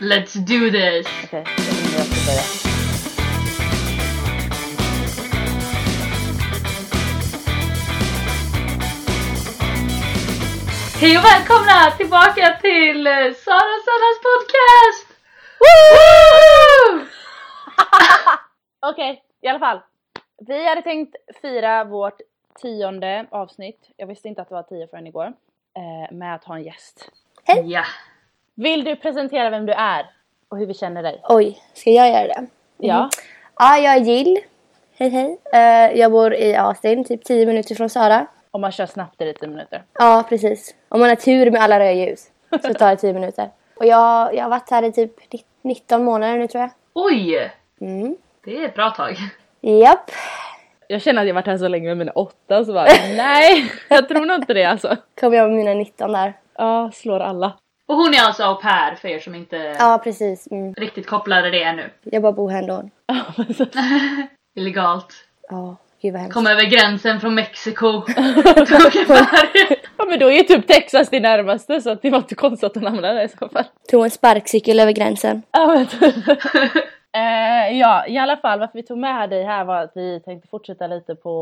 Let's do this! Okej, då vill jag ska börja. Hej och välkomna tillbaka till eh, Sara och Sarahs podcast! Woo! Okej, i alla fall. Vi hade tänkt fira vårt tionde avsnitt, jag visste inte att det var tio förrän igår, eh, med att ha en gäst. Hej. Ja. Vill du presentera vem du är och hur vi känner dig? Mm. Oj, ska jag göra det? Ja. Ja, jag är Jill. Hej hej. Eh, jag bor i Austin, typ 10 minuter från Sara. Om man kör snabbt är det tio minuter. Ja, precis. Om man har tur med alla röda ljus så tar det 10 minuter. Och jag, jag har varit här i typ ni- 19 månader nu tror jag. Oj! Mm. Det är ett bra tag. Japp. Jag känner att jag varit här så länge med mina åtta så bara nej, jag tror nog inte det alltså. Kommer jag med mina 19 där. Ja, slår alla. Och hon är alltså au pair för er som inte Ja, precis. Mm. riktigt kopplade det ännu. Jag bara bor här ändå. Ja, precis. Illegalt. Ja, gud vad hemskt. Kom över gränsen från Mexiko. Tog en färja. Ja men då är ju typ Texas det närmaste så att det var inte konstigt att hon hamnade där i så fall. Tog en sparkcykel över gränsen. Ja, men typ. eh, ja i alla fall varför vi tog med dig här var att vi tänkte fortsätta lite på,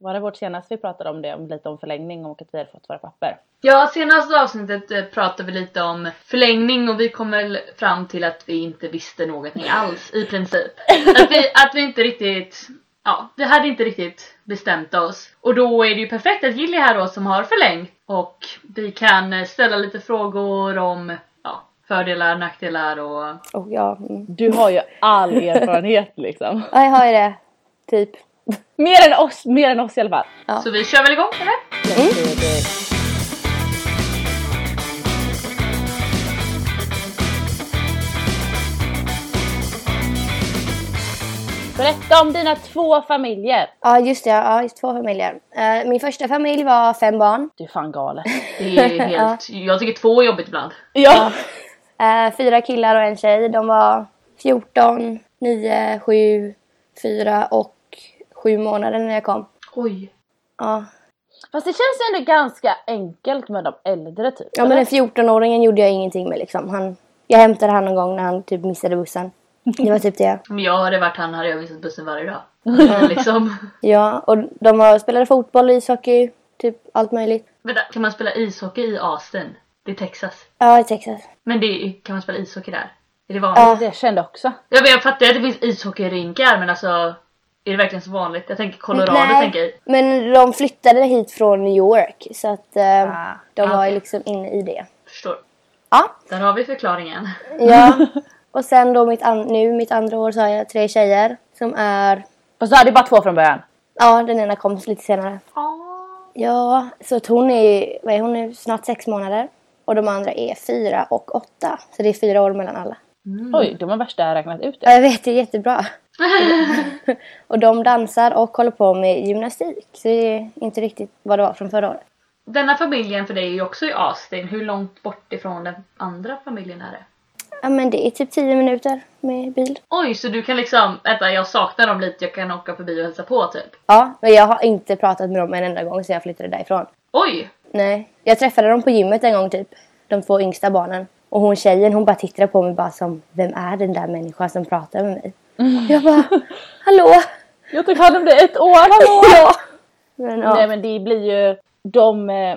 var det vårt senaste vi pratade om det, om lite om förlängning och att vi hade fått våra papper. Ja, senaste avsnittet eh, pratade vi lite om förlängning och vi kom väl fram till att vi inte visste någonting alls i princip. Att vi, att vi inte riktigt, ja, vi hade inte riktigt bestämt oss. Och då är det ju perfekt att Gilly är här då som har förlängt och vi kan eh, ställa lite frågor om ja, fördelar, nackdelar och Och ja, mm. Du har ju all erfarenhet liksom. ja, jag har ju det. Typ. Mer än oss, mer än oss i alla fall. Ja. så vi kör väl igång eller? Mm. Berätta om dina två familjer. Ja, just det. Ja, just två familjer. Eh, min första familj var fem barn. Du är fan galen. Det är ju helt, jag tycker två är jobbigt ibland. Ja. Eh, fyra killar och en tjej. De var 14, 9, 7, 4 och 7 månader när jag kom. Oj. Ja, Fast det känns ju ändå ganska enkelt med de äldre typ. ja men den 14-åringen gjorde jag ingenting med liksom. Han, jag hämtade han någon gång när han typ missade bussen. Det var typ det. Om jag hade varit han hade jag missat bussen varje dag. Ja, liksom. Ja, och de var, spelade fotboll, ishockey, typ allt möjligt. Vänta, kan man spela ishockey i Austin? Det är Texas. Ja, i Texas. Men det är, kan man spela ishockey där? Är det vanligt? Ja. Det kände jag också. Jag, vet, jag fattar att det finns ishockeyrinkar men alltså är det verkligen så vanligt? Jag tänker Colorado tänker jag. men de flyttade hit från New York så att eh, Ah, de var okej. ju liksom inne i det. Förstår. Ja, Där har vi förklaringen. Ja. Och sen då mitt an- nu, mitt andra år, så har jag tre tjejer som är... Fast du hade ju bara två från början. Ja, den ena kom lite senare. Åh. Ja, så att hon är ju vad är hon nu, snart sex månader. Och de andra är fyra och åtta. Så det är fyra år mellan alla. Oj, de har värsta räknat ut Ja, det. jag vet, det är jättebra. och de dansar och håller på med gymnastik. Så det är inte riktigt vad det var från förra året. Denna familjen för dig är ju också i Austin. Hur långt bort ifrån den andra familjen är det? Ja, men det är typ tio minuter med bil. Oj, så du kan liksom, vänta jag saknar dem lite, jag kan åka förbi och hälsa på typ. Ja, men jag har inte pratat med dem en enda gång sedan jag flyttade därifrån. Oj! Nej, jag träffade dem på gymmet en gång typ. De två yngsta barnen. Och hon tjejen hon bara tittade på mig bara som Vem är den där människan som pratar med mig? Mm. Jag bara Hallå! Jag tog hand om det ett år, hallå! Ja! Men, ja. Nej men det blir ju de, eh,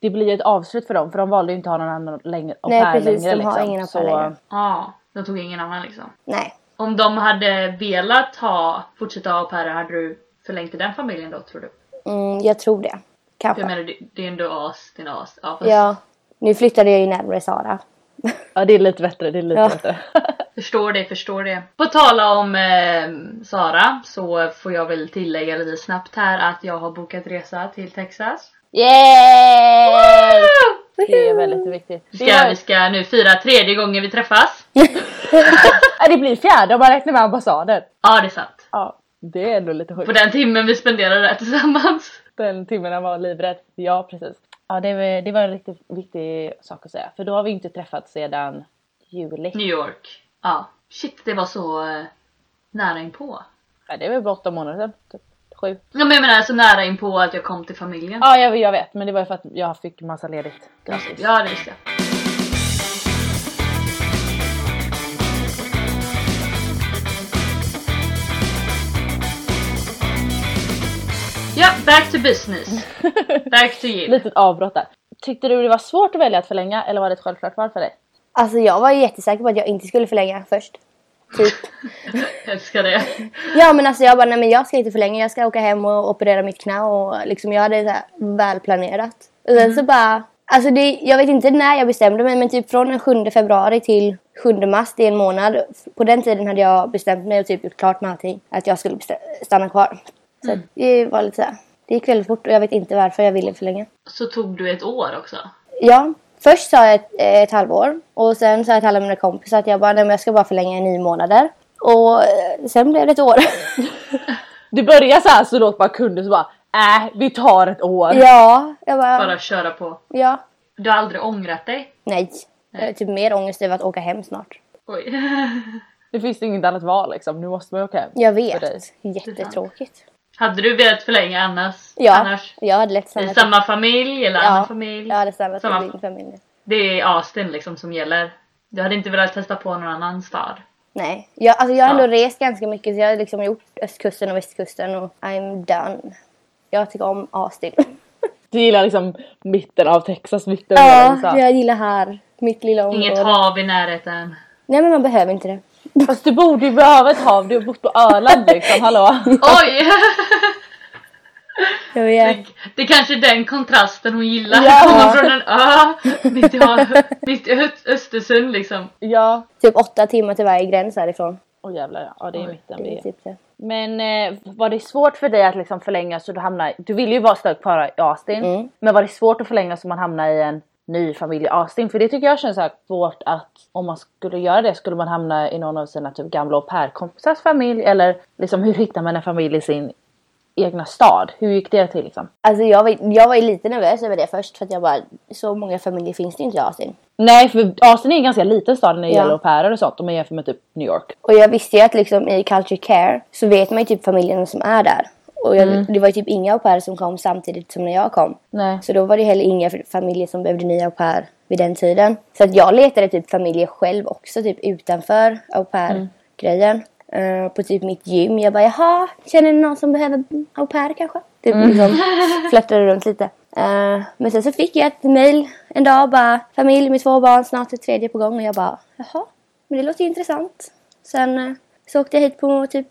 det blir ju ett avslut för dem för de valde ju inte att ha någon annan längre, au Nej, pair precis, längre liksom. de har ingen au pair längre. Ja, de tog ingen annan liksom. Nej. Om de hade velat ha, fortsätta ha au pairer hade du förlängt i den familjen då tror du? Mm, jag tror det. Jag Kanske. menar det, det är ändå Austin, Austin. Ja, fast Ja. Nu flyttade jag ju närmare Sara. Ja det är lite bättre, det är lite Ja. bättre. Förstår det, förstår det. På tala om eh, Sara så får jag väl tillägga lite snabbt här att jag har bokat resa till Texas. Yay! Det är väldigt viktigt. Det, Ska, var, vi ska nu fira tredje gången vi träffas. ja, det blir fjärde om man räknar med ambassaden. Ja, det är sant. Ja, det är ändå lite sjukt. På den timmen vi spenderade där tillsammans. Den timmen han var livrädd. Ja precis. Ja det var, det var en riktigt viktig sak att säga för då har vi inte träffats sedan juli. New York. Ja. Shit, det var så eh, nära inpå. Ja, det är väl bara åtta månader sedan. Typ sju. Ja, men jag menar så nära inpå att jag kom till familjen. Ja jag, jag vet men det var ju för att jag fick massa ledigt. Gratis. Ja, det visste jag. Ja, back to business. Back to you. Litet avbrott där. Tyckte du det var svårt att välja att förlänga eller var det ett självklart val för dig? Alltså jag var jättesäker på att jag inte skulle förlänga först. Typ. Älskar det. Ja men alltså jag bara, nej men jag ska inte förlänga, jag ska åka hem och operera mitt knä och liksom jag hade så här väl planerat. Och sen så bara, alltså det, jag vet inte när jag bestämde mig men typ från den 7 februari till 7 mars, det är en månad. På den tiden hade jag bestämt mig och typ gjort klart med allting att jag skulle bestä- stanna kvar. Så det var lite så här, det gick väldigt fort och jag vet inte varför jag ville förlänga. Så tog du ett år också. Ja, först sa jag ett, eh, ett halvår och sen sa jag till alla mina kompisar att jag bara, nej men jag ska bara förlänga i nio månader. Och eh, sen blev det ett år. Du börjar så här så långt man kunde så bara äh, vi tar ett år. ja, jag bara, Bara köra på. ja. Du har aldrig ångrat dig? Nej. Jag har typ mer ångest över att åka hem snart. Oj. Det finns ju inget annat val liksom. Nu måste man ju åka hem. Jag För dig. vet. Jättetråkigt. Hade du velat förlänga annars? Ja, Annars? jag hade lätt I stannat samma familj eller Ja, annan familj? Jag hade stannat Samma- i min familj. Det är Austin liksom som gäller. Du hade inte velat testa på någon annan stad? Nej. Jag, alltså jag har ändå Ja. rest ganska mycket så jag har liksom gjort östkusten och västkusten och I'm done. Jag tycker om Austin. Du gillar liksom mitten av Texas, mitten av ja, USA. jag gillar här. Mitt lilla Inget område. hav i närheten? Nej men man behöver inte det. Fast du borde ju behöva ett hav, du har bott på Öland liksom, hallå? Oj! Jag vet. Det är kanske är den kontrasten hon gillar. Ja. Komma från en ö mitt i, havet, mitt i Ö- Östersund liksom. Ja. Typ åtta timmar till varje gräns härifrån. Åh jävlar ja, ja det är mitten vi Det är är. typ det. Men eh, var det svårt för dig att liksom förlänga så du hamnar Du ville ju vara stark para i Austin. Mm. Men var det svårt att förlänga så man hamnar i en ny familj i Austin? För det tycker jag känns så här svårt att om man skulle göra det skulle man hamna i någon av sina typ gamla au pair-kompisars familj. Eller liksom hur hittar man en familj i sin egna stad? Hur gick det till liksom? Alltså jag var, jag var ju lite nervös över det först för att jag bara, så många familjer finns det inte i Asien. Nej för Austin är en ganska liten stad när det Ja. gäller au pairer och sånt om man jämför med typ New York. Och jag visste ju att liksom i Culture Care så vet man ju typ familjerna som är där. Och jag, det var ju typ inga au pairer som kom samtidigt som när jag kom. Nej. Så då var det heller inga familjer som behövde nya au pair vid den tiden. Så att jag letade typ familjer själv också, typ utanför au pair-grejen. Eh, på typ mitt gym. Jag bara jaha, känner ni någon som behöver au pair kanske? Typ liksom flörtade runt lite. Eh, men sen så fick jag ett mail en dag bara familj med två barn, snart ett tredje på gång. Och jag bara jaha, men det låter ju intressant. Sen eh, så åkte jag hit på typ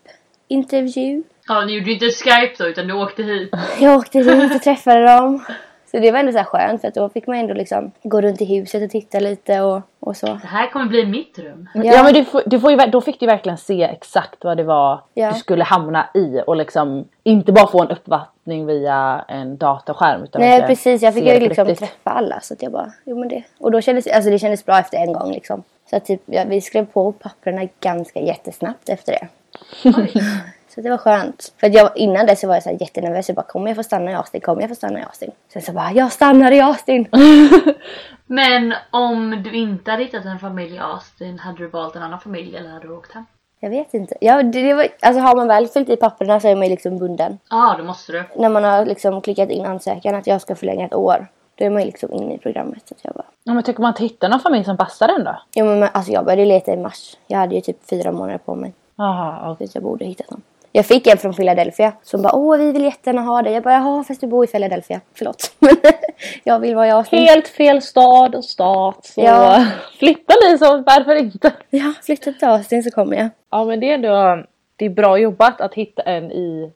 intervju. Ja, ni gjorde ju inte Skype då utan du åkte hit. Jag åkte dit och träffade dem. Så det var ändå så här skönt för att då fick man ändå liksom gå runt i huset och titta lite och, och så. Det här kommer bli mitt rum. Ja. Ja, men du får, du får ju, ver- då fick du verkligen se exakt vad det var Ja. du skulle hamna i och liksom inte bara få en uppvattning via en dataskärm. Utan Nej verkligen precis, jag fick se ju det på liksom riktigt. träffa alla så att jag bara, jo men det. Och då kändes, alltså det kändes bra efter en gång liksom. Så att typ, ja, vi skrev på papperna ganska jättesnabbt efter det. så det var skönt. För att jag, innan det så var jag så här jättenervös. Jag bara, kommer jag få stanna i Austin? Kommer jag få stanna i Austin? Sen så bara, jag stannar i Austin! Men om du inte hade hittat en familj i Austin, hade du valt en annan familj eller hade du åkt hem? Jag vet inte. Ja, det, det var, alltså har man väl fyllt i papperna så är man ju liksom bunden. Ja, det måste du. när man har liksom klickat in ansökan att jag ska förlänga ett år. Då är man ju liksom inne i programmet. Så att jag bara... Ja, men tycker man att hitta någon familj som passar den då? Ja, men, men, alltså jag började leta i mars. Jag hade ju typ fyra månader på mig. Aha, Så att jag borde ha hittat någon. Jag fick en från Philadelphia som bara åh vi vill jättegärna ha dig. Jag bara jaha fast du bor i Philadelphia. Förlåt. jag vill vara jag. Helt fel stad och stat. Så Ja. flytta liksom, varför inte? Ja flytta till Austin så kommer jag. Ja men det är ändå det är bra jobbat att hitta en i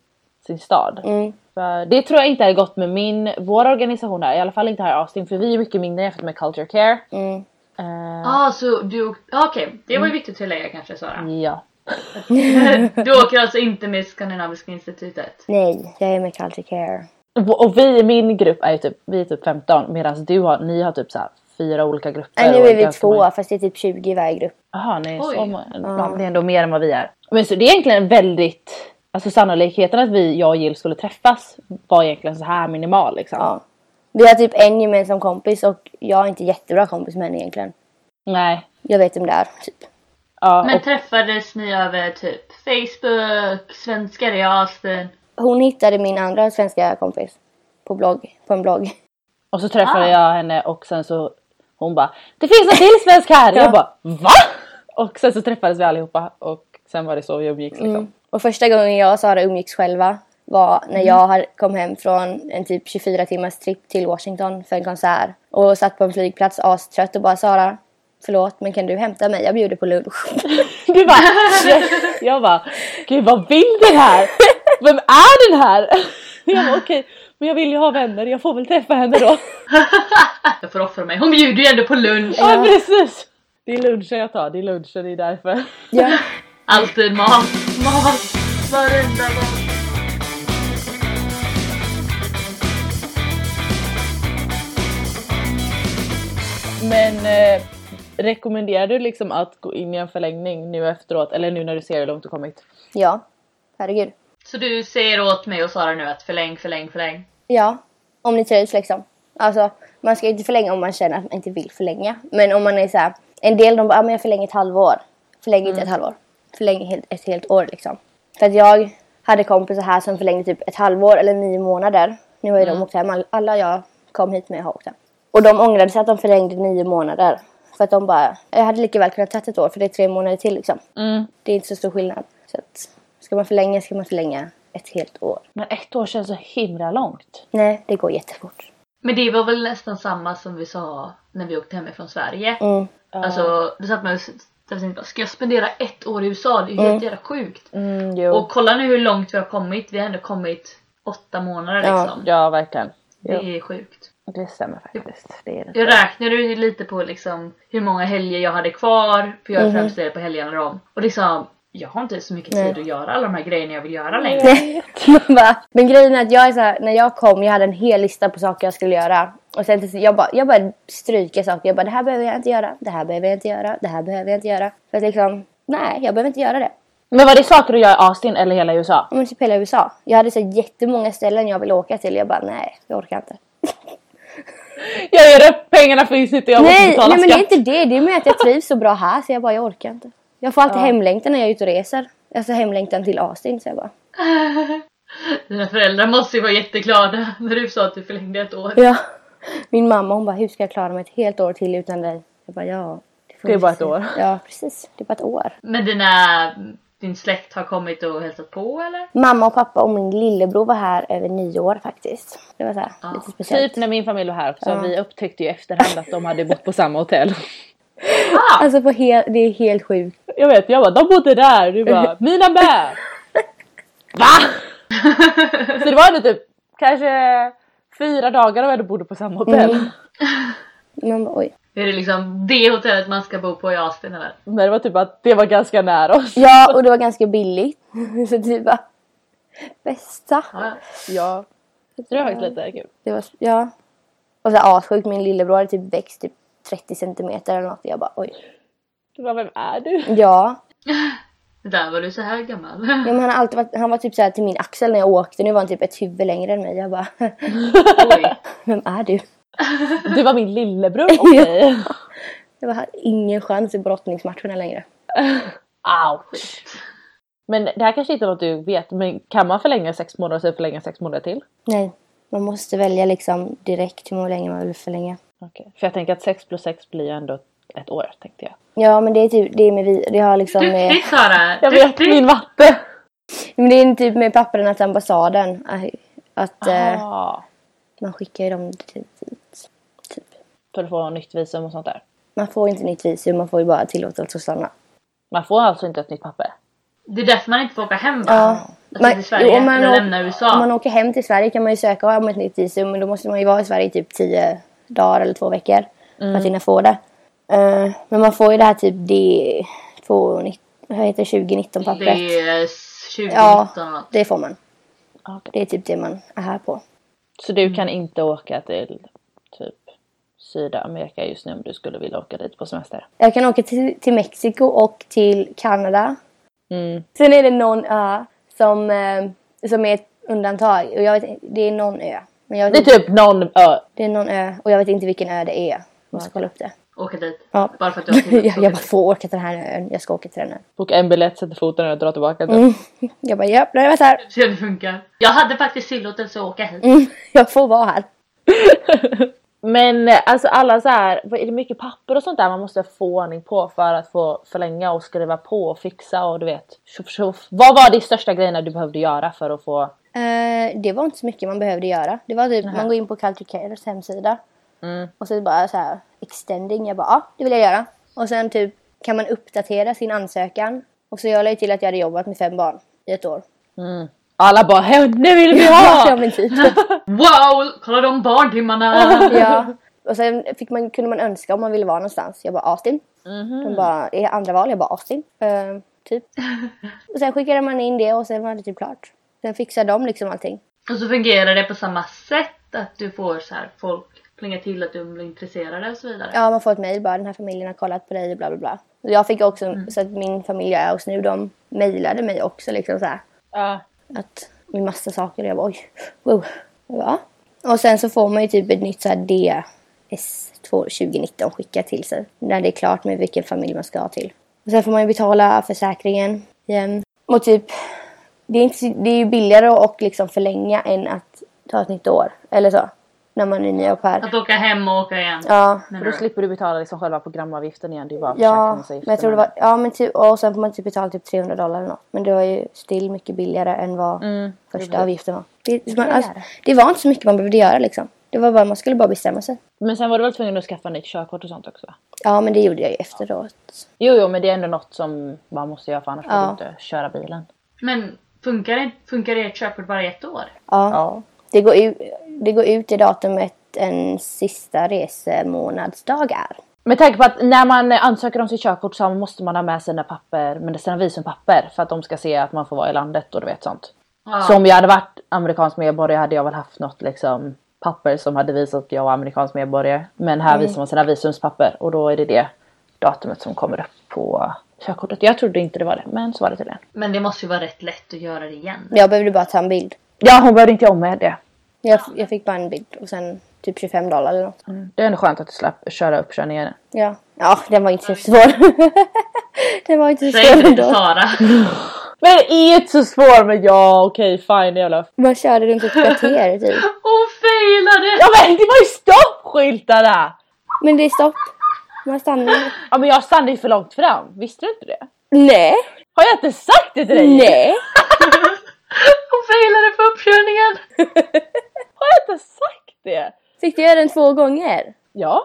sin stad. Mm. För det tror jag inte hade gått med min, vår organisation här, i alla fall inte här i Austin för vi är mycket mindre jämfört med Culture Care. Mm. Eh, Ja, så du åkte... Ah, Okej, det var ju viktigt att tillägga kanske Sara. Mm. ja. Du åker alltså inte med Skandinaviska institutet? Nej jag är med Culture Care. Och och vi i min grupp är ju typ, vi är typ 15 medan du har, ni har typ så här fyra olika grupper. Nej, nu och är vi ganska två många- fast det är typ 20 i varje grupp. Jaha, ni är så Oj. många. Ja, Det är ändå mer än vad vi är. Men så det är egentligen väldigt, alltså sannolikheten att vi, jag och Jill skulle träffas var egentligen så här minimal liksom. Ja. Vi har typ en gemensam kompis och jag är inte jättebra kompis med henne egentligen. Nej. Jag vet vem det är typ. Ja, Men och, träffades ni över typ Facebook, svenskar i Austin? Hon hittade min andra svenska kompis på, blogg, på en blogg. och så träffade Ah. jag henne och sen så hon bara Det finns en till svensk här! Jag bara VA? Och Mm. sen så träffades vi allihopa och sen var det så vi umgicks liksom. Och första gången jag och Sara umgicks själva var när jag hade- kom hem från en typ 24 timmars trip till Washington för en konsert. Och satt på en flygplats astrött och bara Sara, förlåt men kan du hämta mig? Jag bjuder på lunch. Du bara yes. Jag bara gud vad vill den här? Vem är den här? Jag bara okej men jag vill ju ha vänner jag får väl träffa henne då. Jag får offra mig. Hon bjuder ju ändå på lunch. Ja, precis. Det är lunchen jag tar, det är lunchen, det är därför. ja. Alltid mat. Mat. Varenda mat. Men eh, rekommenderar du liksom att gå in i en förlängning nu efteråt eller nu när du ser hur långt du kommit? ja, herregud. Så du säger åt mig och Sara nu att förläng, förläng, förläng. Ja, om ni trivs liksom. Alltså, man ska ju inte förlänga om man känner att man inte vill förlänga. Men om man är så här, en del de bara, ah, men jag förlänger ett halvår. Förläng inte ett halvår. Förläng helt, ett helt år liksom. För att jag hade kompisar här som förlängde typ ett halvår eller nio månader. Nu har ju de åkt hem, All- alla jag kom hit med har åkt hem. Och de ångrade sig att de förlängde nio månader. För att de bara, jag hade lika väl kunnat tagit ett år för det är tre månader till liksom. Det är inte så stor skillnad. Så att, ska man förlänga ska man förlänga ett helt år. Men ett år känns så himla långt. Nej, det går jättefort. Men det var väl nästan samma som vi sa när vi åkte hemifrån Sverige. Mm. Alltså, då satt man och tänkte sig bara, ska jag spendera ett år i USA? Det är ju helt jävla sjukt. Mm, jo. Och kolla nu hur långt vi har kommit. Vi har ändå kommit åtta månader Ja, liksom. ja, verkligen. Jo, Det är sjukt. det stämmer faktiskt. Det är det. Jag räknade ju lite på liksom hur många helger jag hade kvar, för jag Mhm. är främst ledig på helgerna då. Och liksom, jag har inte så mycket tid att göra alla de här grejerna jag vill göra längre. Nej. Man bara, men grejen är att jag är så här, när jag kom, jag hade en hel lista på saker jag skulle göra. Och sen till- jag bara, jag bara stryker saker. Jag bara, det här behöver jag inte göra. Det här behöver jag inte göra. Det här behöver jag inte göra. För att liksom, nej, jag behöver inte göra det. Men var det saker du gör i Austin eller hela USA? Ja, Men typ hela USA. Jag hade så här jättemånga ställen jag ville åka till. Jag bara, nej, jag orkar inte. Jag gör upp, pengarna finns inte, jag måste Nej, betala nej men det är skatt. inte det. Det är mer att jag trivs så bra här så jag bara, jag orkar inte. Jag får alltid hemlängtan när jag är ute och reser. Alltså hemlängtan till Austin. Så jag bara, Dina föräldrar måste ju vara jätteglada när du sa att du förlängde ett år. ja. Min mamma hon bara, hur ska jag klara mig ett helt år till utan dig? Jag bara, ja. får Det är vi bara ett se." år. Ja, precis. Det är bara ett år. Men dina, din släkt har kommit och hälsat på eller? Mamma och pappa och min lillebror var här över nio år faktiskt. Det var så här, lite speciellt. Typ när min familj var här också, vi upptäckte ju i efterhand att de hade bott på samma hotell. Alltså på hel, det är helt sjukt. Jag vet, jag bara de bodde där. Du bara mina med. Va? Så det var ändå typ kanske fyra dagar och vi ändå bodde på samma hotell. Man bara, oj. Är det liksom det hotellet man ska bo på i Austin eller? Men det var typ att det var ganska nära oss. Ja, och det var ganska billigt. så typ bara, bästa. Ja, ja. Ja. Det var faktiskt lite kul. Det var, ja. Och så här, assjukt, min lillebror hade typ växt typ 30 centimeter eller något. Jag bara, oj. Du bara vem är du? Ja. Det Där var du så här gammal. ja men han, har alltid varit, han var typ så här till min axel när jag åkte. Nu var han typ ett huvud längre än mig. Jag bara, Oj. vem är du? Du var min lillebror. Okej. Jag bara, har ingen chans i brottningsmatcherna längre. Ouch. Men det här kanske inte är något du vet men kan man förlänga sex månader och sen förlänga sex månader till? Nej, man måste välja liksom direkt hur länge man vill förlänga. Okej. För jag tänker att sex plus sex blir ju ändå ett år tänkte jag. Ja, men det är typ det är med vi, det har liksom med, Duktig Sara! Jag vet Duktig. min matte! men det är typ med papperna till ambassaden. eh, Att eh, Ah. man skickar ju dem till dit. Typ. För att få nytt visum och sånt där. Man får ju inte nytt visum, man får ju bara tillåtelse att stanna. Man får alltså inte ett nytt papper. Det är därför man inte får åka hem va? Ja. Alltså till Sverige, om, man eller åker, lämna USA. om man åker hem till Sverige kan man ju söka om ett nytt visum men då måste man ju vara i Sverige i typ tio dagar eller två veckor för Mm. att hinna få det. Eh, men man får ju det här typ D2, vad heter det, 2019 pappret. Det är 2019 Ja, eller något. det får man. Okej. Det är typ det man är här på. Så du kan inte åka till typ Sydamerika just nu om du skulle vilja åka dit på semester? Jag kan åka till, till Mexiko och till Kanada. Mm. Sen är det någon ö som, eh, som är ett undantag. Och jag vet, det är någon ö. Men jag vet Det är inte, typ någon ö. det är någon ö och jag vet inte vilken ö det är. Jag måste kolla upp det. Åka dit. Ja. Bara för att du har Jag, tillåtelse. jag bara, får åka till den här ön. Jag ska åka till den ön. Boka en biljett, sätta foten och dra tillbaka. Typ. Jag bara, ja, nu har jag varit här. Se hur det funkar. Jag hade faktiskt tillåtelse att åka hit. Mm, jag får vara här. Men eh, alltså alla så här, vad är det mycket papper och sånt där man måste få ordning på för att få förlänga och skriva på och fixa och du vet. Tjoff, tjoff. Vad var de största grejerna du behövde göra för att få Eh, det var inte så mycket man behövde göra. Det var typ, man går in på Culture Cares hemsida. Mm. Och så bara så här, extending. Jag bara, ja det vill jag göra. Och sen typ kan man uppdatera sin ansökan. Och så jag la ju till att jag hade jobbat med fem barn i ett år. Alla bara henne vill vi ha! ja men typ. Wow! Kolla de barntimmarna! ja. Och sen fick man, kunde man önska om man ville vara någonstans. Jag bara Austin. De bara, är andra val? Jag bara Austin. Eh, typ. och sen skickade man in det och sen var det typ klart. Sen fixade de liksom allting. Och så fungerar det på samma sätt att du får så här folk plinga till att de blir intresserade och så vidare. Ja, man får ett mejl bara. Den här familjen har kollat på dig och bla bla bla. Och jag fick också, så att min familj är hos nu, de mejlade mig också liksom så här. Ja. Att med massa saker och jag bara oj, wow. Jag bara, "Ja." Och sen så får man ju typ ett nytt så här DS2 2019 skickat till sig. När det är klart med vilken familj man ska ha till. Och sen får man ju betala försäkringen igen. Och typ, det är, inte, det är ju billigare att liksom förlänga än att ta ett nytt år. Eller så. När man är ny au pair. Att åka hem och åka igen. Ja, menar Då du? slipper du betala liksom själva programavgiften igen. Det är bara Ja, men försäkringsavgiften. jag tror det var, ja men typ, och sen får man typ betala typ 300 dollar eller något. Men det var ju still mycket billigare än vad första avgiften var. Det, så man, alltså, det var inte så mycket man behövde göra liksom. Det var bara, man skulle bara bestämma sig. Men sen var du väl tvungen att skaffa nytt körkort och sånt också? Ja men det gjorde jag ju efteråt. Jo, jo, men det är ändå något som man måste göra för annars får Ja. du inte köra bilen. Men funkar, det, funkar ert körkort bara i ett år? Ja. Ja. Det, går ut, det går ut i datumet en sista resemånadsdag är. Med tanke på att när man ansöker om sitt körkort så måste man ha med sina papper, men det är sina visumpapper för att de ska se att man får vara i landet och du vet sånt. Ja. Så om jag hade varit amerikansk medborgare hade jag väl haft något liksom papper som hade visat att jag var amerikansk medborgare. Men här visar man sina visumspapper och då är det det datumet som kommer upp på körkortet. Jag trodde inte det var det, men så var det tydligen. Men det måste ju vara rätt lätt att göra det igen. Jag behövde bara ta en bild. Ja, hon började inte om med det. Jag, jag fick bara en bild och sen typ 25 dollar eller något. Mm. Det är ändå skönt att du slapp köra uppkörningen. Ja, ja den var inte så svår. den var inte så Säg svår inte det till ändå. Sara. Men det är inte så svårt, men ja okej fine jävla Man körde runt ett kvarter typ. Och failade! Ja men det var ju stoppskyltar där! Men det är stopp. Man stannar. Ja men jag stannade ju för långt fram, visste du inte det? Nej. Har jag inte sagt det till dig? Nej. Och failade på uppkörningen! Har jag inte sagt det? Fick du göra den två gånger? Ja.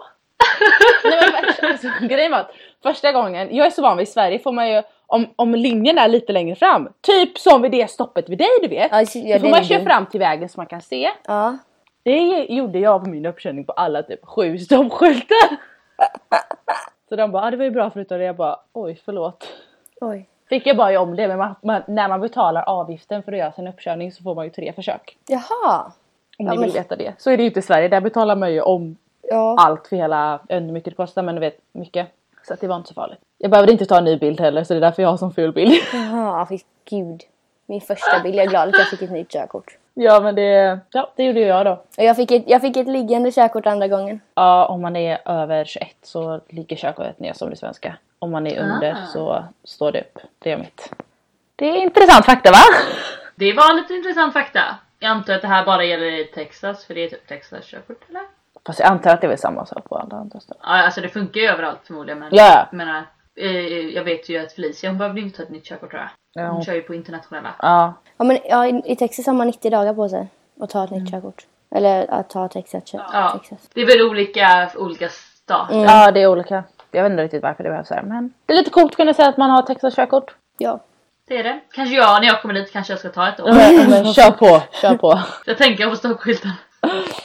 Nej, men, för- alltså, grejen var att första gången, jag är så van vid i Sverige får man ju om, om linjen är lite längre fram, typ som vid det stoppet vid dig du vet. Ja, så- ja, då får det man är köra det. fram till vägen så man kan se. Ja. Det gjorde jag på min uppkörning på alla typ sju stoppskyltar. Så de bara, ah, det var ju bra förutom det. Jag bara, oj förlåt. Oj. Fick jag bara ju om det, men man, man, när man betalar avgiften för att göra sin uppkörning så får man ju tre försök. Jaha. Om ni Ja, men- vill veta det. Så är det ju inte i Sverige, där betalar man ju om Ja. allt för hela, jag vet inte hur mycket det kostar men du vet mycket. Så att det var inte så farligt. Jag behövde inte ta en ny bild heller så det är därför jag har sån ful bild. Jaha, fy gud. Min första bild. Jag är glad att jag fick ett nytt körkort. ja men det, ja, det gjorde ju jag då. Och jag fick ett, jag fick ett liggande körkort andra gången. Ja, om man är över 21 så ligger körkortet ner som det svenska. Om man är under Ah. så står det upp. Det är mitt. Det är intressant fakta va? Det var lite intressant fakta. Jag antar att det här bara gäller i Texas, för det är typ Texas körkort eller? Fast jag antar att det är väl samma sak på andra andra ställen. Ja, alltså det funkar ju överallt förmodligen men Ja. jag menar, eh, jag vet ju att Felicia hon behövde ju inte ta ett nytt körkort tror jag. Ja, Hon hon- kör ju på internationella. Ja, Ja, men ja, i, i Texas har man 90 dagar på sig att ta ett nytt körkort. Eller att ta Texas kör. Ja. Texas. Det är väl olika för olika stater. Ja, det är olika. Jag vet inte riktigt varför det behövs här, men det är lite coolt att kunna säga att man har Texas körkort. Ja. Det är det. Kanske jag, när jag kommer dit kanske jag ska ta ett år. Men kör på, kör på. Jag tänker på stoppskylten.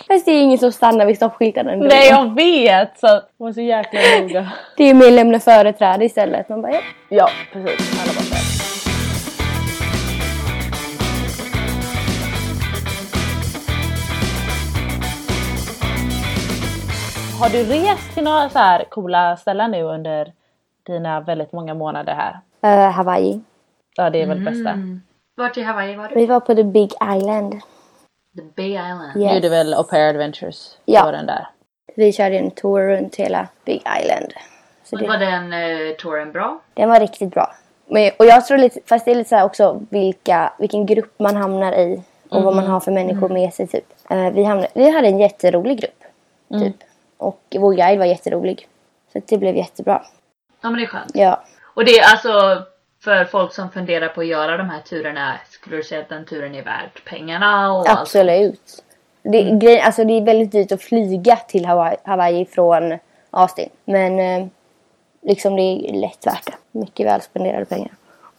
Fast det är ingen som stannar vid stoppskyltarna ändå. Nej, jag vet! Så att man är så jäkla noga. Det är ju mer lämna företräde istället. Man bara, ja. Ja, precis. Alla bara så här. Har du rest till några så här coola ställen nu under dina väldigt många månader här? Eh, Hawaii. Ja, det är väl det Mm. bästa. Vart i Hawaii var du? Vi var på the big island. The Bay Island. Nu är det väl Au Pair Adventures? Ja. Det var den där. Vi körde en tour runt hela Big Island. Så Var det, den eh, touren bra? den var riktigt bra. Men, och jag tror lite, fast det är lite så här också vilka, vilken grupp man hamnar i och vad man har för människor med sig typ. Eh, vi, hamnade, vi hade en jätterolig grupp. Typ. Och vår guide var jätterolig. Så det blev jättebra. Ja men det är skönt. Ja. Och det är alltså för folk som funderar på att göra de här turerna skulle du säga att den turen är värd pengarna? Och allt? Absolut. Det, grejen, alltså, det är väldigt dyrt att flyga till Hawaii, Hawaii från Austin. Men eh, liksom det är lätt värt det. Mycket väl spenderade pengar.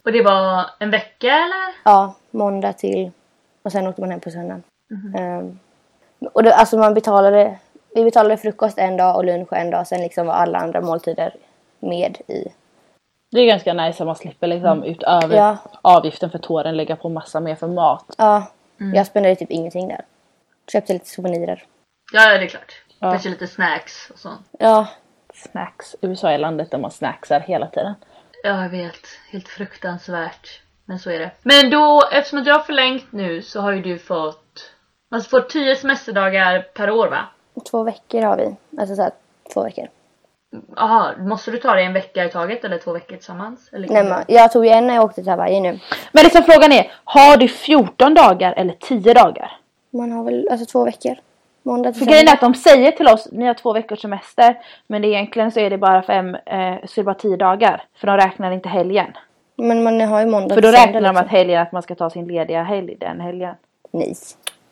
Och det var en vecka eller? Ja, måndag till och sen åkte man hem på söndagen. Mhm. Ehm, och då, alltså man betalade, vi betalade frukost en dag och lunch en dag. Sen liksom var alla andra måltider med i. Det är ganska nice att man slipper liksom utöver Mm. Ja. avgiften för tåren lägga på massa mer för mat. Ja, Mm. jag spenderade typ ingenting där. Köpte lite souvenirer. Ja, ja det är klart. Kanske lite snacks och sånt. Ja, Snacks. USA är landet där man snacksar hela tiden. Ja, jag vet. Helt fruktansvärt. Men så är det. Men då, eftersom att jag har förlängt nu så har ju du fått... Man får 10 semesterdagar per år va? två veckor har vi. Alltså så här, två veckor. Jaha, måste du ta det en vecka i taget eller två veckor tillsammans? Eller kan Nej, du- men jag tog ju en när jag åkte till Hawaii nu. Men liksom frågan är, har du 14 dagar eller 10 dagar? Man har väl alltså två veckor. Måndag till För grejen är söndag. att de säger till oss, ni har två veckors semester. Men egentligen så är det bara fem, eh, så är det bara 10 dagar. För de räknar inte helgen. Men man har ju måndag För då till söndag räknar de liksom. att helgen, att man ska ta sin lediga helg den helgen. Nej,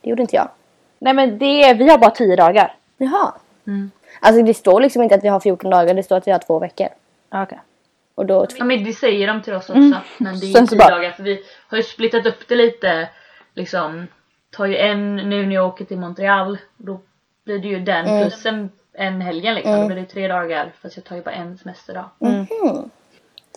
det gjorde inte jag. Nej men det är, vi har bara 10 dagar. Jaha. Alltså det står liksom inte att vi har 14 dagar, det står att vi har två veckor. Ah, Okej. Och då... Ja men det säger de till oss också. Men det är Sen ju så 10 bara- dagar för vi har ju splittat upp det lite. Liksom, tar ju en nu när jag åker till Montreal. Då blir det ju den plus en, en helgen liksom. Då blir det tre dagar. Fast jag tar ju bara en semesterdag.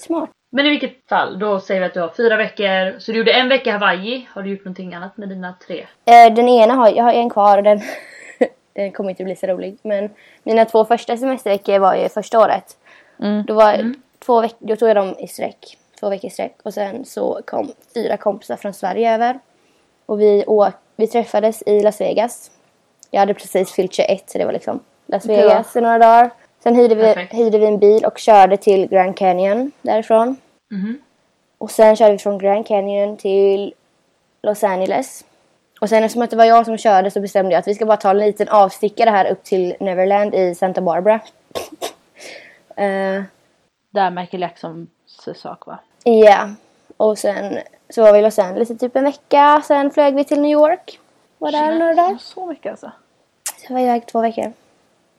Smart. Men i vilket fall, då säger vi att du har fyra veckor. Så du gjorde en vecka i Hawaii. Har du gjort någonting annat med dina tre? Eh, den ena har jag har en kvar och den, den kommer inte bli så rolig. Men mina två första semesterveckor var ju första året. Då, var två veck- då tog jag dem i sträck. Två veckor i sträck. Och sen så kom fyra kompisar från Sverige över. Och vi, åk- vi träffades i Las Vegas. Jag hade precis fyllt 21 så det var liksom Las Vegas i några dagar. Sen hyrde vi, Perfekt. hyrde vi en bil och körde till Grand Canyon därifrån. Och sen körde vi från Grand Canyon till Los Angeles. Och sen eftersom att det var jag som körde så bestämde jag att vi ska bara ta en liten avstickare här upp till Neverland i Santa Barbara. Eh, Där Michael Jacksons sak va? Ja. Och sen så var vi i Los Angeles i typ en vecka. Sen flög vi till New York. Var där några dagar. Så mycket alltså. Så var jag iväg två veckor.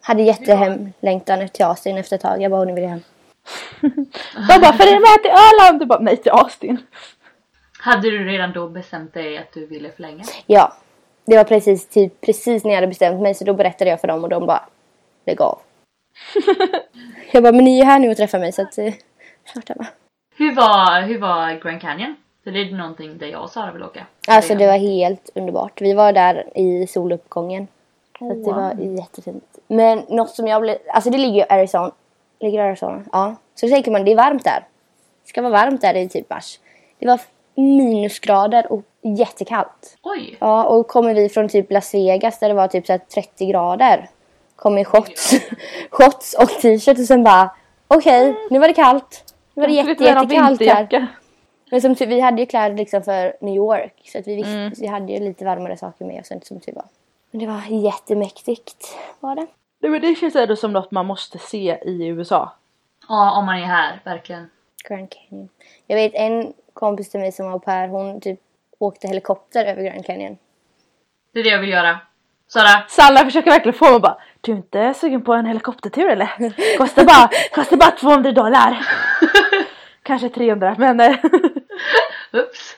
Hade jättehemlängtan till Asien efter ett tag. Jag bara, "Åh, nu vill jag hem. De bara, följer med till Öland? Du bara, nej till Austin. Hade du redan då bestämt dig att du ville förlänga? Ja. Det var precis, typ, precis när jag hade bestämt mig så då berättade jag för dem och de bara lägg av. jag bara men ni är här nu och träffar mig så att eh, snart hemma. Hur var, hur var Grand Canyon? För det är någonting där jag och Sara vill åka. Alltså det var helt underbart. Vi var där i soluppgången. Så att det var jättefint. Men något som jag blev, alltså det ligger i Arizona. Ligger i Arizona? Ja. Så då tänker man det är varmt där. Det ska vara varmt där i typ mars. Det var minusgrader och jättekallt. Oj! Ja, och kommer vi från typ Las Vegas där det var typ så här 30 grader. Kom i shorts, shorts och t-shirt och sen bara okej, nu var det kallt. Nu var det jätte, jättekallt här. Men som tur, vi hade ju kläder liksom för New York så att vi, visste, vi hade ju lite varmare saker med oss än som tur var. Men det var jättemäktigt var det. Nej men det känns ändå som något man måste se i USA. Ja, om man är här, verkligen. Grand Canyon. Jag vet en kompis till mig som var au pair, hon typ åkte helikopter över Grand Canyon. Det är det jag vill göra. Sara, Salla försöker verkligen få mig bara, du är inte sugen på en helikoptertur eller? Kostar bara, kostar bara 200 dollar. Kanske 300 men eh, Ups.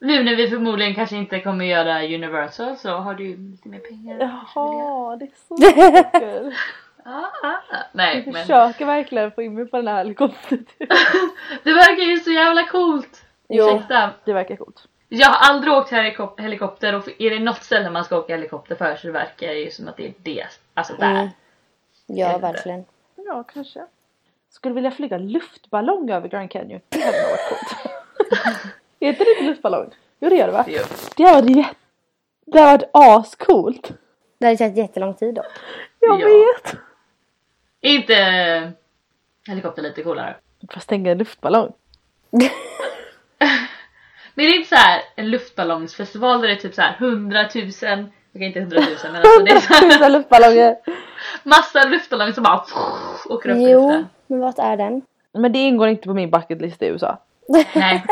Nu när vi förmodligen kanske inte kommer göra Universal så har du ju lite mer pengar. Jaha, det är så mycket. Ah, ah, ah. Nej Jag men. försöker verkligen få in mig på den här helikopterturen. Det verkar ju så jävla coolt! Jo. Ursäkta. Det verkar coolt. Jag har aldrig åkt helikop- helikopter och är det något ställe man ska åka helikopter för så det verkar ju som att det är det. Alltså där. Mm. Ja, Helvete. verkligen. Ja, kanske. Skulle vilja flyga luftballong över Grand Canyon. Det hade nog varit coolt. är inte det luftballong? Jo det gör det va? Det är ju- Det hade varit, jät- det hade varit ascoolt. Det hade tagit jättelång tid då. Jag Ja. vet! Är inte eh, helikopter lite coolare? Fast tänk en luftballong. Men är det inte så här en luftballongsfestival där det är typ så här 100 000, okej inte 100 000 men alltså det är så här Tusen luftballonger! massa luftballonger som bara åker upp i Jo, luften. men vart är den? Men det ingår inte på min bucketlist i USA. Nej.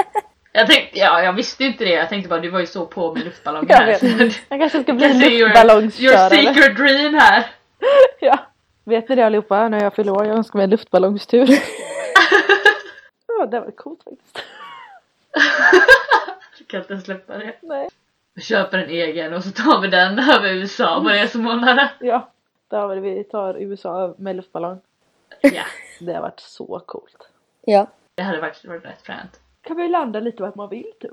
Jag tänkte, ja jag visste inte det. Jag tänkte bara du var ju så på med luftballongen Jag här. vet. Så att- Jag kanske ska bli Jag ser your, your luftballongskörare. secret dream här. Ja. Vet ni det allihopa? När jag fyller år, jag önskar mig en luftballongstur. ja, det var coolt faktiskt. Jag kan inte släppa det. Nej. Vi köper en egen och så tar vi den över USA på resemånaden. Ja, där var det. Vi tar USA med luftballong. Ja, Det har varit så coolt. Ja. det hade faktiskt varit rätt fränt. Kan vi landa lite vart man vill typ?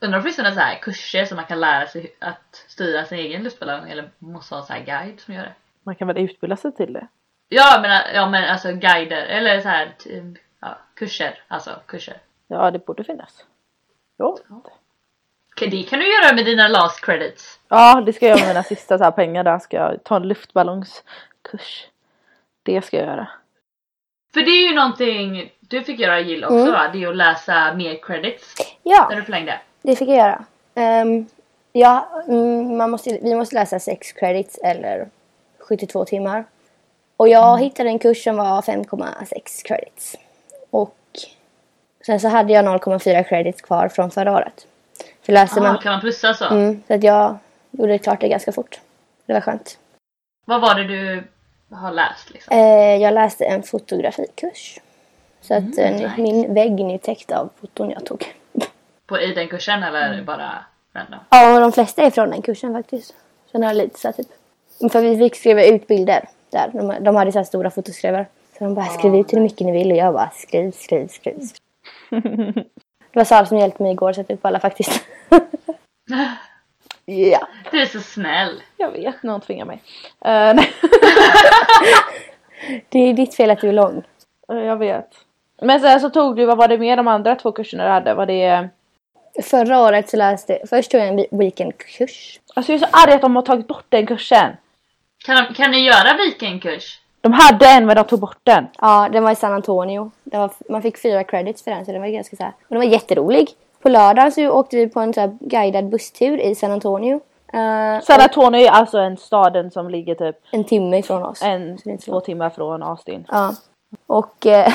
Undrar om det finns några så här kurser som man kan lära sig att styra sin egen luftballong eller måste ha en så här guide som gör det? Man kan väl utbilda sig till det? Ja jag menar, ja men alltså guider eller så här typ, ja, kurser, alltså kurser. Ja, det borde finnas. Jo. Okej, Det kan du göra med dina last credits. Ja, det ska jag göra med mina sista så här pengar där. Ska jag ta en luftballongskurs. Det ska jag göra. För det är ju någonting du fick göra Jill också Mm. va? Det är att läsa mer credits ja. när du förlängde. Det fick jag göra. Ehm, ja, mm, man måste, vi måste läsa 6 credits eller 72 timmar. Och jag hittade en kurs som var 5,6 credits. Och sen så hade jag 0,4 credits kvar från förra året. För läser Aha, man... kan man plussa så? Mm, så att jag gjorde klart det ganska fort. Det var skönt. Vad var det du har läst liksom? Eh, jag läste en fotografikurs. Så att eh, nice. min vägg är nu täckt av foton jag tog. På, I den kursen eller Mm. bara random? Ja, och de flesta är från den kursen faktiskt. Sen har jag lite så här, typ. För vi fick skriva ut bilder där. De, de hade så här stora fotoskrivare. Så de bara skriv ut hur mycket ni vill och jag bara skriv, skriv, skriv. skriv." Det var Sara som hjälpte mig igår att sätta upp alla faktiskt. Ja. Du är så snäll. Jag vet, någon tvingar mig. Eh, nej. Det är ditt fel att du är lång. Ja, Jag vet. Men sen så tog du, vad var det mer de andra två kurserna du hade? Var det... Förra året så läste Först tog jag en vi- weekendkurs. Alltså jag är så arg att de har tagit bort den kursen. Kan, de- kan ni göra vikingkurs? De hade en men de tog bort den. Ja, den var i San Antonio. Den var, man fick fyra credits för den så den var ganska så här. Och den var jätterolig. På lördagen så åkte vi på en så här guidad busstur i San Antonio. Eh, San Antonio är alltså en staden som ligger typ en timme ifrån oss. en, Så det är inte så två timmar från Austin. Ja. Och eh,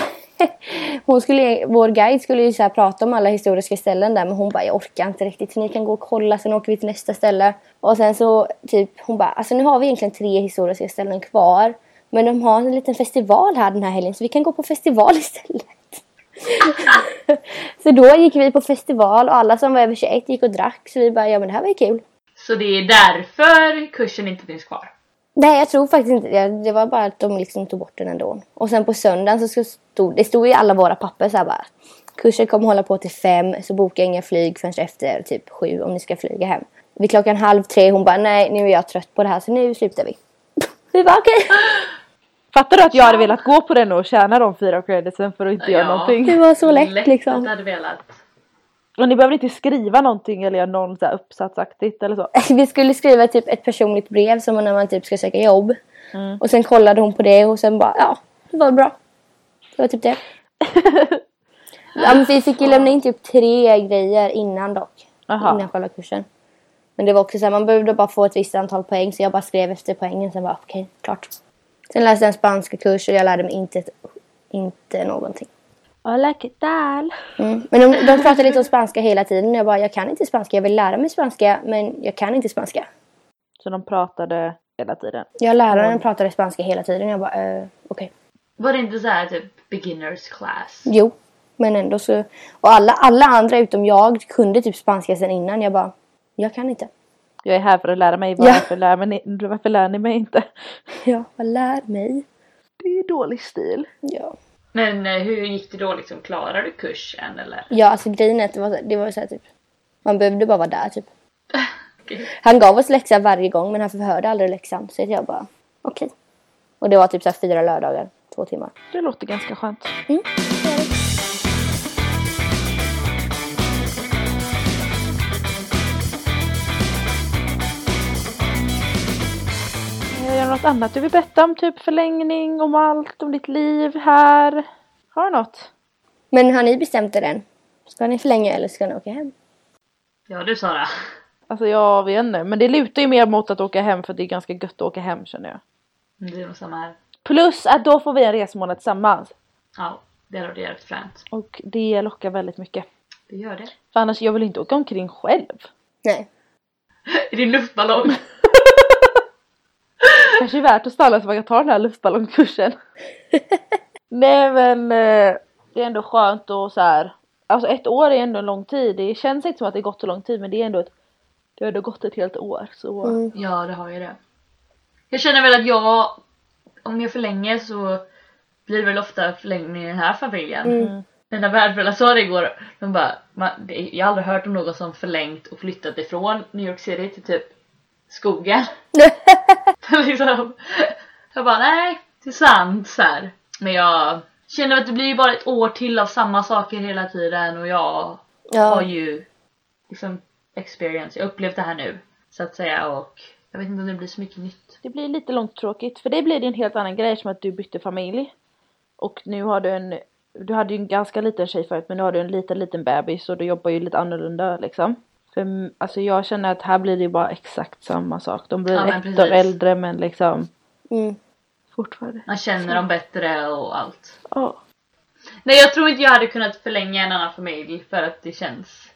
hon skulle, vår guide skulle ju så här prata om alla historiska ställen där men hon bara jag orkar inte riktigt så ni kan gå och kolla sen åker vi till nästa ställe. Och sen så typ hon bara alltså nu har vi egentligen tre historiska ställen kvar men de har en liten festival här den här helgen så vi kan gå på festival istället. så då gick vi på festival och alla som var över 21 gick och drack så vi bara ja men det här var ju kul. Så det är därför kursen inte finns kvar. Nej, jag tror faktiskt inte det. Det var bara att de liksom tog bort den ändå. Och sen på söndagen så stod det stod i alla våra papper så här bara. Kursen kommer hålla på till fem, så boka inga flyg förrän efter typ sju om ni ska flyga hem. Vid klockan halv tre, hon bara nej nu är jag trött på det här så nu slutar vi. Vi bara okej. Fattar du att jag hade velat gå på den och tjäna de fyra creditsen för att inte Ja. göra någonting? Det var så lätt, att du liksom. hade velat. Och ni behöver inte skriva någonting eller göra någon så här uppsatsaktigt eller så. Vi skulle skriva typ ett personligt brev som när man typ ska söka jobb. Och sen kollade hon på det och sen bara ja, det var bra. Det var typ det. ja, men vi fick ju lämna in typ tre grejer innan dock. Aha. innan själva kursen. Men det var också så här, man behövde bara få ett visst antal poäng så jag bara skrev efter poängen sen bara okej, klart. Sen läste jag en spanska kurs och jag lärde mig inte, ett- inte någonting. Hola, ¿qué tal? Mm. Men de, de pratade lite om spanska hela tiden och jag bara jag kan inte spanska, jag vill lära mig spanska men jag kan inte spanska. Så de pratade hela tiden. Jag läraren pratade spanska hela tiden och jag bara eh, okej. Var det inte så här typ beginners class? Jo, men ändå så. Och alla, alla andra utom jag kunde typ spanska sen innan. Jag bara jag kan inte. Jag är här för att lära mig, Ja. varför, lär, men ni, varför lär ni mig inte? Jag bara lär mig. Det är dålig stil. Ja. Men eh, hur gick det då liksom? Klarade du kursen eller? Ja, alltså grejen är att det var, det var så här, typ. Man behövde bara vara där typ. Okej. Han gav oss läxa varje gång men han förhörde aldrig läxan. Så att jag bara okej. Och det var typ så här fyra lördagar, två timmar. Det låter ganska skönt. Är det något annat du vill berätta om? Typ förlängning, om allt, om ditt liv här? Har du något? Men har ni bestämt er än? Ska ni förlänga eller ska ni åka hem? Ja du Sara. Alltså jag vet inte, men det lutar ju mer mot att åka hem för det är ganska gött att åka hem känner jag. Det är nog samma här. Plus att då får vi en resmånad tillsammans. Ja. Det hade varit jävligt fränt. Och det lockar väldigt mycket. Det gör det. För annars, jag vill inte åka omkring själv. Nej. I din luftballong. Kanske är värt att stanna så man kan ta den här luftballongkursen. Nej men eh, det är ändå skönt och så här. Alltså ett år är ändå en lång tid. Det känns inte som att det gått så lång tid men det är ändå ett det har ändå gått ett helt år så Mm. Ja, det har ju det. Jag känner väl att jag, om jag förlänger så blir det väl ofta förlängning i den här familjen. Mm. Mina värdföräldrar sa det igår, de bara, man, det, jag har aldrig hört om någon som förlängt och flyttat ifrån New York City till typ skogen. liksom. Jag bara, nej, det är sant så här. Men jag känner att det blir ju bara ett år till av samma saker hela tiden och jag har Ja. ju liksom experience, jag har upplevt det här nu så att säga och jag vet inte om det blir så mycket nytt. det blir lite långtråkigt för det blir det en helt annan grej som att du bytte familj. Och nu har du en du hade ju en ganska liten tjej förut men nu har du en liten liten bebis och du jobbar ju lite annorlunda liksom. För mm, alltså jag känner att här blir det ju bara exakt samma sak. De blir Ja, men ett precis. år äldre men liksom Mm. fortfarande. Man känner dem bättre och allt. Ja. Nej jag tror inte jag hade kunnat förlänga en annan familj för att det känns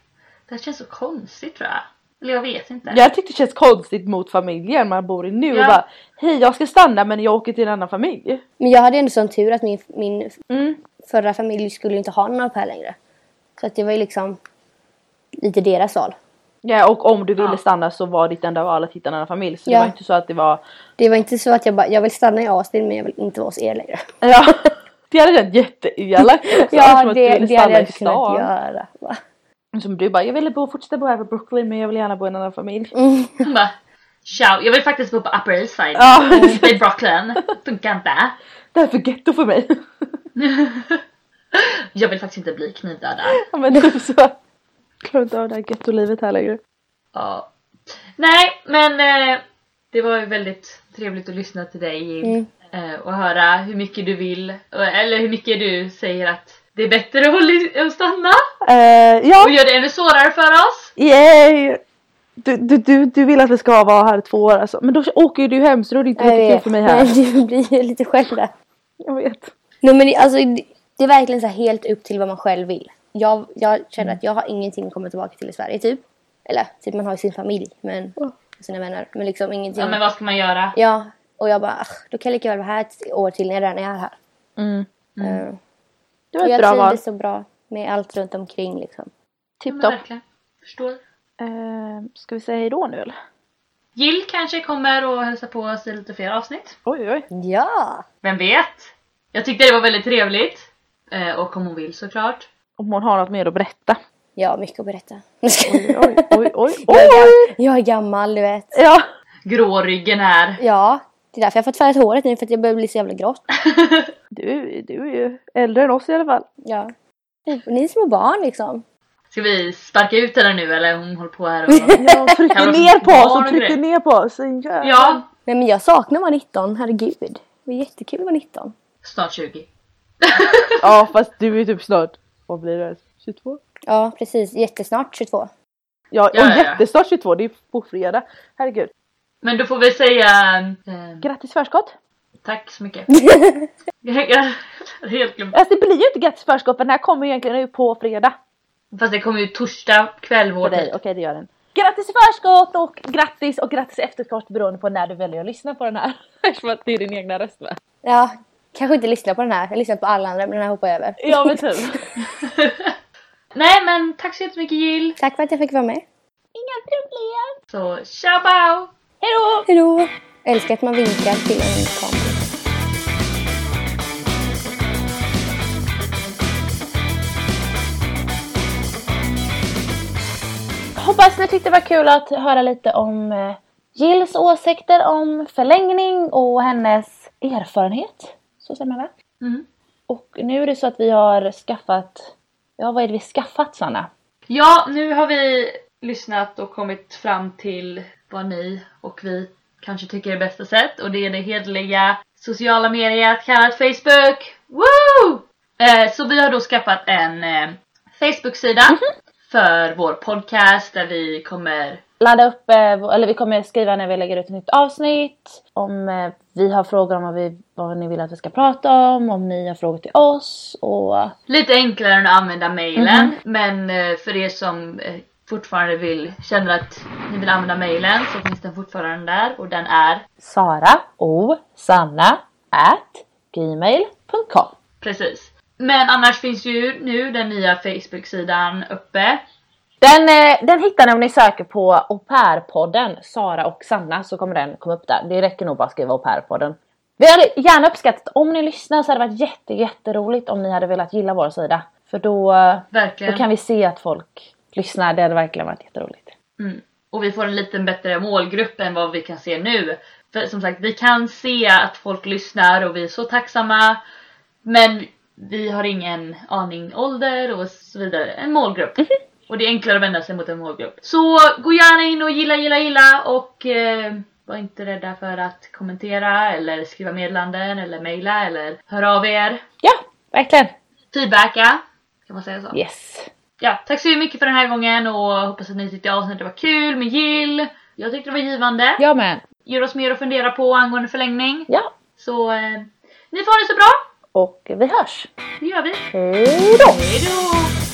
Det här känns så konstigt tror jag. Eller jag vet inte. Jag tyckte det känns konstigt mot familjen man bor i nu och Ja. bara Hej jag ska stanna men jag åker till en annan familj. Men jag hade ändå sån tur att min, min Mm. förra familj skulle ju inte ha någon au pair längre. Så att det var ju liksom lite deras val. Ja och om du ville Ja. stanna så var ditt enda val att hitta en annan familj så det Ja. var inte så att det var Det var inte så att jag bara, jag vill stanna i Austin men jag vill inte vara hos er längre. Ja Det hade känts jätteelakt också, som Ja, att du det, ville det hade stanna jag i inte kunnat stan. göra. va? Som du bara, jag ville bo, fortsätta bo här på Brooklyn men jag vill gärna bo i en annan familj. Hon bara Ciao, jag vill faktiskt bo på Upper East Side. Ja. I Brooklyn. Funkar inte. Det här är för getto för mig. Jag vill faktiskt inte bli knivdödad. Ja, men typ så. Jag Klarar inte av det här gettolivet här längre. Ja. Nej, men eh, det var ju väldigt trevligt att lyssna till dig Jim. Eh, och höra hur mycket du vill, eh, eller hur mycket du säger att det är bättre att, hålla, att stanna. Eh, Och ja, gör det ännu svårare för oss. yay! Du, du, du, du vill att vi ska vara här i två år alltså. Men då åker ju du hem så då är det inte Jag lika kul vet. för mig här. Nej, det blir ju lite själv där. Jag vet. Nej men det, alltså, det, det är verkligen så här helt upp till vad man själv vill. Jag, jag känner att jag har ingenting att komma tillbaka till i Sverige typ. Eller typ man har ju sin familj men sina vänner. Men liksom ingenting. Ja, men vad ska man göra? Ja, och jag bara, "Ah, då kan jag lika väl vara här ett år till när jag redan är här. Mm. Mm. Det Och var ett jag bra val. trivdes så bra med allt runt omkring liksom. Ja, men Tipptopp. verkligen. Förstår. Eh, ska vi säga hejdå nu eller? Jill kanske kommer och hälsar på oss i lite fler avsnitt. Oj oj. Ja! Vem vet? Jag tyckte det var väldigt trevligt. Eh, och om hon vill såklart. Om hon har något mer att berätta. Jag har mycket att berätta. Oj oj oj oj. Jag, är oj. gam- jag är gammal du vet. Ja. Gråryggen här. Ja, det är därför jag har fått färgat håret nu för att jag börjar bli så jävla grått. Du, du är ju äldre än oss i alla fall. Ja. Och ni är små barn liksom. Ska vi sparka ut henne nu eller hon håller på här och... Ja, tryckte Kallar oss ner på oss barn och och tryckte grejer. ner på oss. Jävlar. Ja, Nej men jag saknar att vara 19, herregud. Det var jättekul att vara 19. snart 20. ja fast du är typ snart, vad blir det? 22? Ja precis, jättesnart 22. Ja, Ja, och ja, ja. jättesnart 22, det är på fredag. Herregud. Men då får vi säga... Eh, Grattis förskott! tack så mycket. Jag jag hade helt glömt. Alltså det blir ju inte grattis förskott för den här kommer ju egentligen ut på fredag. Fast det kommer ju torsdag kväll vår För dig, tid. okej det gör den. Grattis i förskott och grattis och grattis i efterskott beroende på när du väljer att lyssna på den här. Eftersom att det är din egna röst va? Ja, kanske inte lyssna på den här. Jag lyssnar på alla andra men den här hoppar jag över. Ja men typ. Nej men tack så jättemycket Jill. Tack för att jag fick vara med. Inga problem! Så ciao bao! Hejdå! Hejdå! Jag älskar att man vinkar till en kamera. Hoppas ni tyckte det var kul att höra lite om eh, Jills åsikter om förlängning och hennes erfarenhet. Så säger man väl? Mm. Och nu är det så att vi har skaffat... Ja, vad är det vi skaffat Sanna? Ja, nu har vi lyssnat och kommit fram till vad ni och vi kanske tycker är bästa sätt och det är det hederliga sociala mediet kallat Facebook. Woo! Eh, så vi har då skaffat en eh, Facebook-sida för vår podcast där vi kommer Ladda upp, eh, vår- eller vi kommer skriva när vi lägger ut ett nytt avsnitt om eh, vi har frågor om vad, vi, vad ni vill att vi ska prata om, om ni har frågor till oss och Lite enklare än att använda mailen. Men eh, för er som eh, fortfarande vill, känner att ni vill använda mailen så finns den fortfarande där och den är Sara O Sanna at gmail.com precis. Men annars finns ju nu den nya Facebook-sidan uppe. Den, eh, den hittar ni om ni söker på au pair-podden Sara och Sanna så kommer den komma upp där. Det räcker nog bara att skriva au pair-podden. Vi hade gärna uppskattat om ni lyssnar så hade det varit jätte, jätteroligt om ni hade velat gilla vår sida. För då, eh, Verkligen. då kan vi se att folk lyssnar. Det hade verkligen varit jätteroligt. Mm. Och vi får en lite bättre målgrupp än vad vi kan se nu. För som sagt, vi kan se att folk lyssnar och vi är så tacksamma. Men vi har ingen aning ålder och så vidare. En Mhm. målgrupp. Och det är enklare att vända sig mot en målgrupp. Så gå gärna in och gilla, gilla, gilla och eh, var inte rädda för att kommentera eller skriva meddelanden eller mejla eller höra av er. Ja, verkligen. Feedbacka. Kan man säga så? Yes. Ja, tack så mycket för den här gången och hoppas att ni tyckte avsnittet var kul med Jill. Jag tyckte det var givande. Jag med. Ger oss mer att fundera på angående förlängning. Ja, Så eh, ni får ha det så bra. och vi hörs. Det gör vi. Hej då! Hejdå!